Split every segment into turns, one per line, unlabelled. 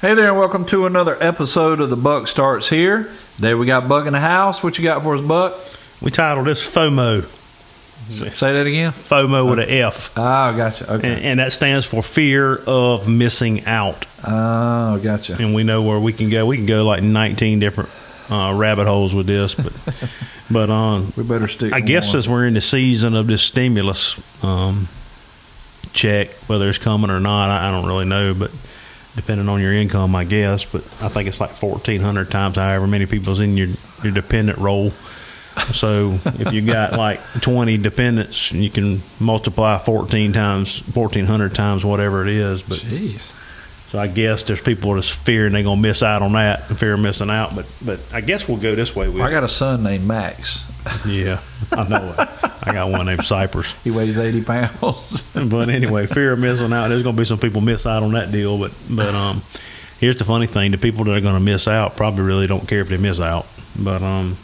Hey there, and welcome to another episode of The Buck Starts Here. Today we got Buck in the house. What you got for us, Buck?
We titled this FOMO.
Say that again.
FOMO with an F.
Ah, gotcha.
And,
Okay.
and that stands for fear of missing out.
Oh, gotcha.
And we know where we can go. We can go like 19 different uh, rabbit holes with this. But, but um,
We better stick.
I
to
guess
one.
as we're in the season of this stimulus um, check, whether it's coming or not, I, I don't really know. But depending on your income, I guess. But I think it's like fourteen hundred times however many people's in your your dependent role. So if you got like twenty dependents, you can multiply fourteen times fourteen hundred times whatever it is. But
Jeez.
so I guess there's people that's fearing they're gonna miss out on that, and fear of missing out. But but I guess we'll go this way. With
I
it.
got a son named Max.
yeah, I know it. I got one named Cypress.
He weighs 80 pounds.
but anyway, fear of missing out. There's going to be some people miss out on that deal, but but um, here's the funny thing: the people that are going to miss out probably really don't care if they miss out. But um,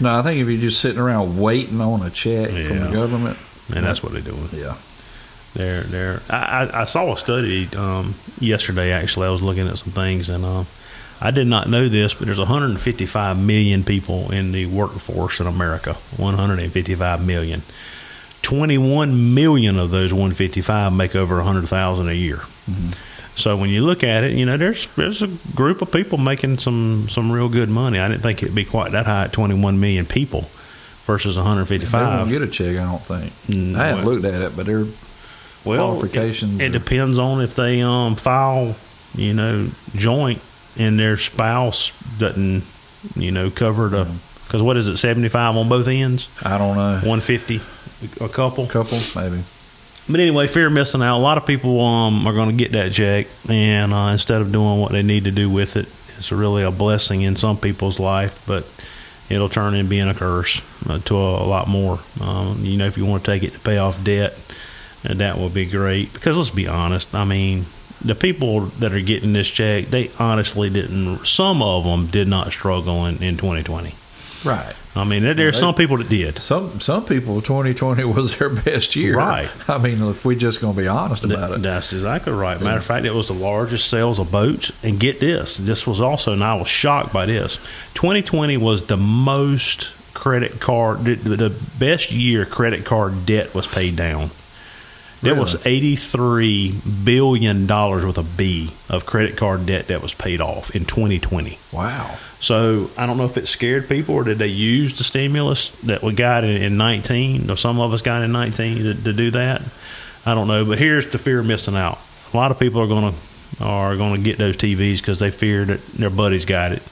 no, I think if you're just sitting around waiting on a check from the
Yeah.
government,
and that's what they're doing.
yeah.
They're they're. I, I- I saw a study um yesterday. Actually, I was looking at some things, and um, I did not know this, but there's 155 million people in the workforce in America. 155 million. 21 million of those 155 make over 100,000 a year. So when you look at it, you know there's there's a group of people making some some real good money. I didn't think it'd be quite that high at 21 million people versus
They won't
155.
get a check, I don't think.
No.
I haven't looked at it, but they're qualifications
It, it
or-
depends on if they um, file, you know, joint and their spouse doesn't, you know, cover the.
Mm-hmm.
Because what is it, seventy five on both ends,
I don't know.
one fifty a couple.
A couple, maybe.
But anyway, fear of missing out. A lot of people um, are going to get that check, and uh, instead of doing what they need to do with it, it's really a blessing in some people's life, but it'll turn into being a curse uh, to a, a lot more. Um, you know, if you want to take it to pay off debt, uh, that would be great. Because let's be honest, I mean, the people that are getting this check, they honestly didn't. Some of them did not struggle in, in 2020.
Right.
I mean, there, there are
Right.
some people that did.
Some some people, 2020 was their best year.
Right.
I mean, if we're just going to be honest
Th-
about it.
That's exactly right. Matter of fact, it was the largest sales of boats. And get this, this was also, and I was shocked by this. 2020 was the most credit card, the, the best year credit card debt was paid down. There was $83 billion with a B of credit card debt that was paid off in 2020.
Wow.
So I don't know if it scared people or did they use the stimulus that we got in, in 19 or some of us got in 19 to, to do that. I don't know, but here's the fear of missing out. A lot of people are gonna are gonna get those TVs because they fear that their buddy's got it.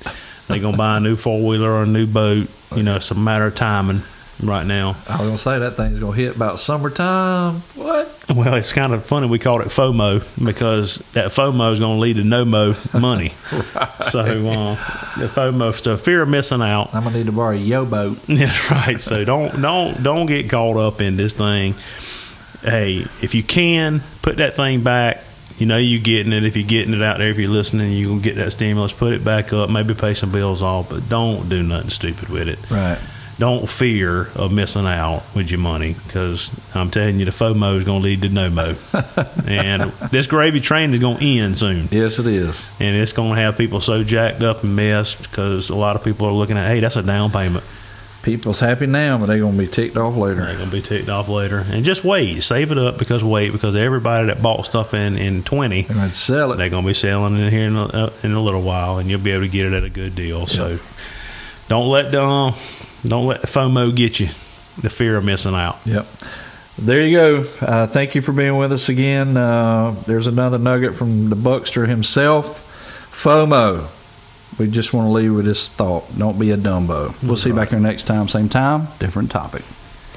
They're gonna buy a new four wheeler or a new boat. You know, it's a matter of timing right now.
I was going to say that thing's going to hit about summertime. What?
Well, it's kind of funny we called it FOMO because that FOMO is going to lead to no mo money. So uh, the FOMO, so fear of missing out.
I'm going to need to borrow your boat.
That's right. So don't don't don't get caught up in this thing. Hey, if you can put that thing back, you know you getting it. If you're getting it out there, if you're listening, you gonna get that stimulus. Put it back up. Maybe pay some bills off, but don't do nothing stupid with it.
Right.
Don't fear of missing out with your money because I'm telling you, the FOMO is gonna lead to no mo, and this gravy train is gonna end soon
Yes, it is.
and it's going to have people so jacked up and messed because a lot of people are looking at, hey, that's a down payment.
People's happy now, but they're going to be ticked off later.
They're going to be ticked off later. And just wait, save it up because wait, because everybody that bought stuff in in twenty,
They're going to sell it.
they're going to be selling it here in a, uh, in a little while, and you'll be able to get it at a good deal. So don't let the uh, don't let the FOMO get you, the fear of missing out.
Yep. There you go. Uh, thank you for being with us again. Uh, there's another nugget from the Buckster himself FOMO. We just want to leave with this thought. Don't be a dumbo. We'll see you back here next time, same time, different topic.